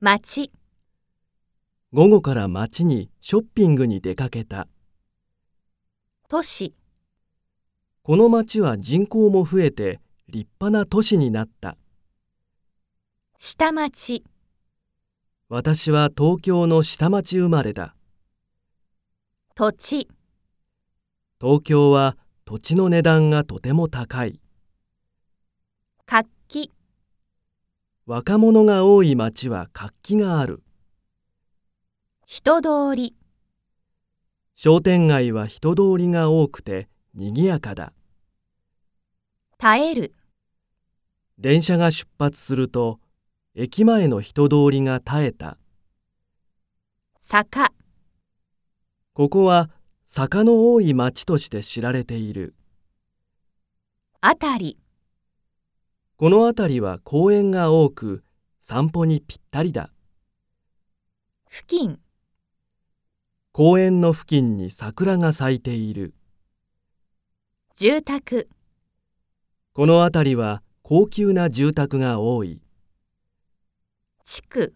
町、午後から街にショッピングに出かけた。都市、この街は人口も増えて立派な都市になった。下町、私は東京の下町生まれだ。土地、東京は土地の値段がとても高い。活気、若者が多い街は活気がある。人通り、商店街は人通りが多くて賑やかだ。耐える、電車が出発すると駅前の人通りが絶えた。坂、ここは坂の多い町として知られている。あたり、この辺りは公園が多く散歩にぴったりだ。付近、公園の付近に桜が咲いている。住宅、この辺りは高級な住宅が多い。地区、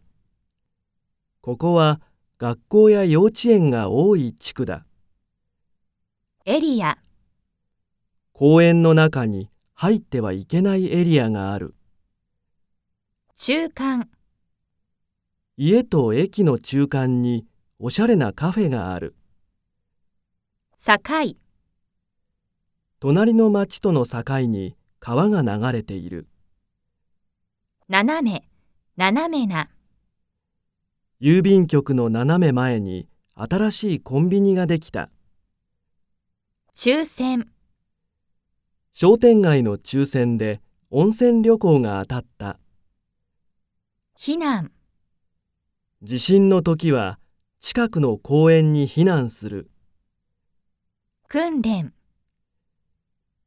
ここは学校や幼稚園が多い地区だ。エリア、公園の中に入ってはいけないエリアがある。中間、家と駅の中間におしゃれなカフェがある。境、隣の町との境に川が流れている。斜め、斜めな、郵便局の斜め前に新しいコンビニができた。抽選、商店街の抽選で温泉旅行が当たった。避難、地震の時は近くの公園に避難する。訓練、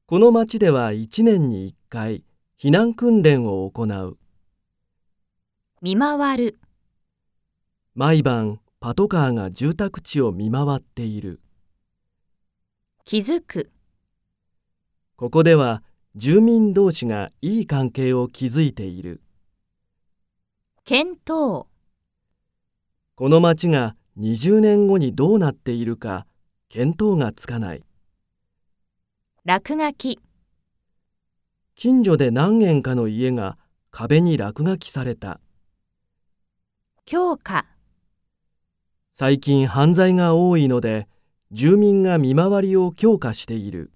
この町では1年に1回避難訓練を行う。見回る、毎晩パトカーが住宅地を見回っている。気づく、ここでは住民同士がいい関係を築いている。検討、この町が20年後にどうなっているか見当がつかない。落書き、近所で何軒かの家が壁に落書きされた。強化、最近犯罪が多いので住民が見回りを強化している。